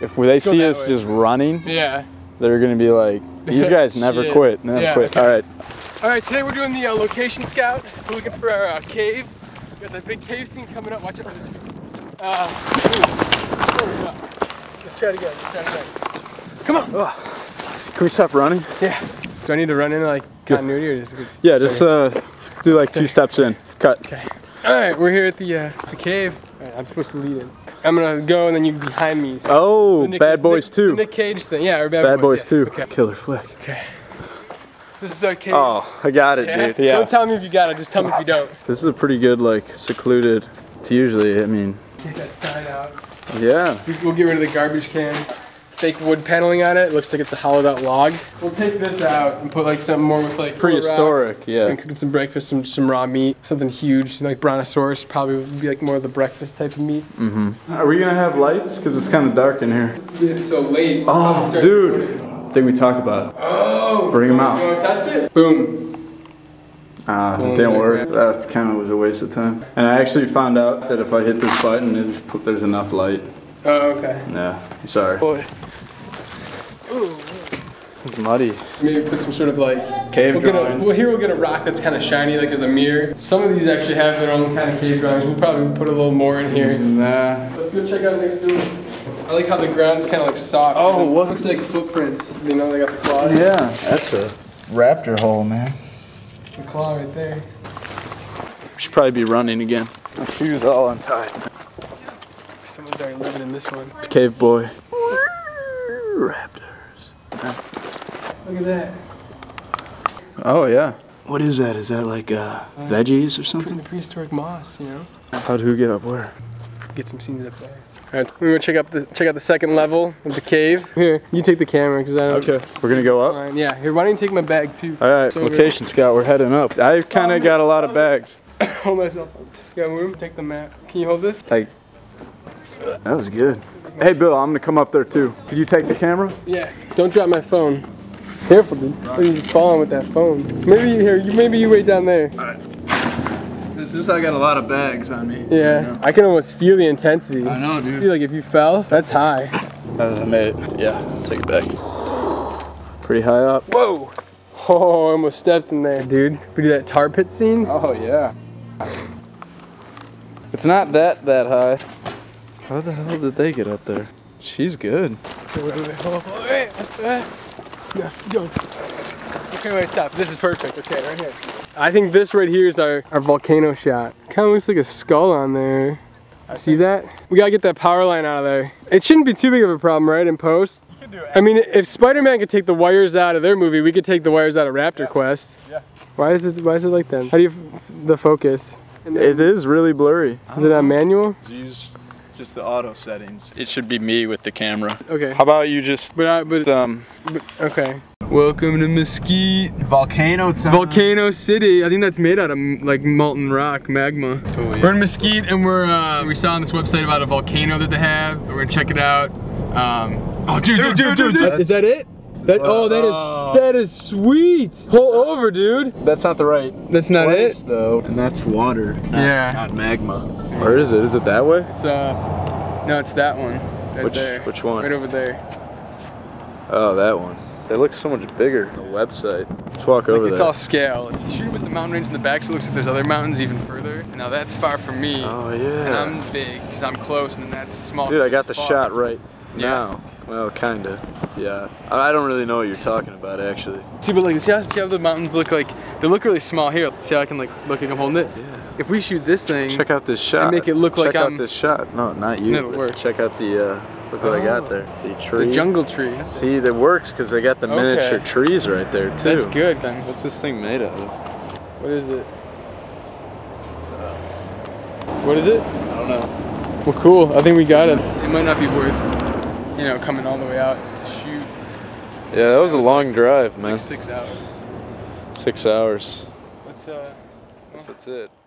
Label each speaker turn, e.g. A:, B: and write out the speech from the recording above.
A: if they
B: go
A: see
B: that
A: us
B: way.
A: just running,
B: Yeah.
A: they're gonna be like, these guys never
B: Shit.
A: quit, never
B: Yeah.
A: quit. All right,
B: All right, today we're doing the uh, location scout. We're looking for our uh, cave. We got that big cave scene coming up. Watch out for the. Uh, ooh, ooh, uh, let's try it again. Let's try it again. Come on.
A: Oh. can we stop running?
B: Yeah. Do I need to run into like continuity or just?
A: Yeah, just uh, do like two steps in, cut.
B: All right, we're here at the uh, the cave. All right, I'm supposed to lead it. I'm gonna go and then you behind me. So
A: Oh,
B: the Nick-
A: Bad Boys
B: Nick,
A: too.
B: The Nick Cage thing. Yeah, or Bad,
A: Bad Boys
B: yeah.
A: too.
B: Okay.
A: Killer flick.
B: Okay. This is our cave.
A: Oh, I got it,
B: Yeah.
A: dude. Yeah.
B: Don't tell me if you got it. Just tell me if you don't.
A: This is a pretty good, like, secluded. It's usually, I mean,
B: Get that sign out.
A: yeah.
B: We- We'll get rid of the garbage can. Fake wood paneling on it. Looks like it's a hollowed out log. We'll take this out and put like something more with like cooler rocks.
A: Prehistoric, yeah.
B: And cooking some breakfast, some some raw meat, something huge like brontosaurus. Probably would be like more of the breakfast type of meats.
A: Mm. Are we gonna have lights? Cause it's kind of dark in here.
B: It's so late. we'll probably
A: Oh,
B: start
A: dude.
B: recording.
A: I think we talked about it.
B: Oh.
A: Bring 'em out.
B: You want to test it? Boom.
A: Ah, it didn't work. That kind of was a waste of time. And I actually found out that if I hit this button, it just put, there's enough light.
B: Oh, okay.
A: Yeah. Sorry.
B: Boy.
A: It's muddy.
B: Maybe put some sort of like.
A: Cave
B: We'll get a,
A: drawings.
B: well, here we'll get a rock that's kind of shiny, like as a mirror. Some of these actually have their own kind of cave drawings. We'll probably put a little more in here.
A: Nah.
B: Let's go check out next door. I like how the ground's kind of like soft.
A: Oh,
B: It
A: what?
B: Looks like footprints. You know, they got the claw.
A: Yeah. That's a raptor hole, man.
B: The claw right there.
A: We should probably be running again. My shoes all untied.
B: Someone's already living in this one.
A: Cave boy. Raptors.
B: Look at that.
A: Oh yeah. What is that? Is that like uh, veggies or
B: In
A: something?
B: the prehistoric moss, you know.
A: How'd who get up where?
B: Get some scenes up there. All right, we're gonna check out the check out the second level of the cave. Here, you take the camera because I don't.
A: Okay, we're gonna go up.
B: Fine. Yeah. Here, why don't you take my bag too?
A: All right,
B: It's over.
A: location scout. We're heading up. I kind of got a lot of bags.
B: Hold myself up. You got room? Take the map. Can you hold this?
A: Like that was good. Hey Bill, I'm gonna come up there too. Could you take the camera?
B: Yeah. Don't drop my phone. Careful, dude. You're falling with that phone. Maybe you here. You maybe you wait down there.
C: It's just I got a lot of bags on me.
B: Yeah. I can almost feel the intensity.
C: I know, dude.
B: feel like if you fell, that's high.
A: Uh, I made it. Yeah, take it back. Pretty high up.
B: Whoa. Oh, I almost stepped in there, dude. We do that tar pit scene.
A: Oh yeah. It's not that that high. How the hell did they get up there? She's good.
B: Okay, wait, stop. This is perfect. Okay, right here. I think this right here is our, our volcano shot. Kind of looks like a skull on there. See that? We gotta get that power line out of there. It shouldn't be too big of a problem, right? In post. I mean, if Spider-Man could take the wires out of their movie, we could take the wires out of Raptor Quest. Yeah. Why is it? Why is it like that? How do you f- the focus?
A: It is really blurry.
B: Is it on manual?
C: Use just the auto settings. It should be me with the camera.
B: Okay.
A: How about you just
B: But I but
A: um
B: okay. Welcome to Mesquite.
C: Volcano time.
B: Volcano City. I think that's made out of like molten rock magma. We're in Mesquite, and we're uh, we saw on this website about a volcano that they have. We're gonna check it out. Um, oh, dude, dude, dude, dude, dude. is that it? That oh, that is that is sweet. Pull over, dude.
A: That's not the right
B: That's not
A: place
B: it.
A: though. And that's water.
B: Yeah.
C: Not magma.
A: Where is it? Is it that way?
B: It's uh, no, it's that one. Right
A: Which-
B: there.
A: which one?
B: Right over there.
A: Oh, that one. That looks so much bigger. The website. Let's walk over
B: it's
A: there.
B: all scale. You shoot with the mountain range in the back, so it looks like there's other mountains even further. Now that's far from me.
A: oh
B: And
A: yeah.
B: I'm big because I'm close, and then that's small.
A: Dude,
B: 'cause
A: I got
B: it's
A: the
B: far.
A: shot right
B: Yeah.
A: now. Well, kinda. Yeah. I I don't really know what you're talking about actually.
B: See, but like, see how, see how the mountains look like? They look really small here. See how I can like look like I'm holding it?
A: Yeah.
B: If we shoot this thing,
A: Check out this shot.
B: make it look like
A: Check out
B: I'm-
A: this shot. No, not you.
B: It'll
A: but
B: work.
A: Check out the. Uh, look what I
B: Oh.
A: got there. The tree.
B: the jungle trees.
A: See, that works because they got the
B: Okay.
A: miniature trees right there too.
B: That's good then.
A: What's this thing made out of?
B: What is it? What is it?
A: I don't know.
B: Well, cool. I think we got it. It might not be worth, you know, coming all the way out to shoot
A: Yeah, that was a
B: was
A: long drive, man.
B: like six hours.
A: Six hours.
B: Let's uh.
A: That's it.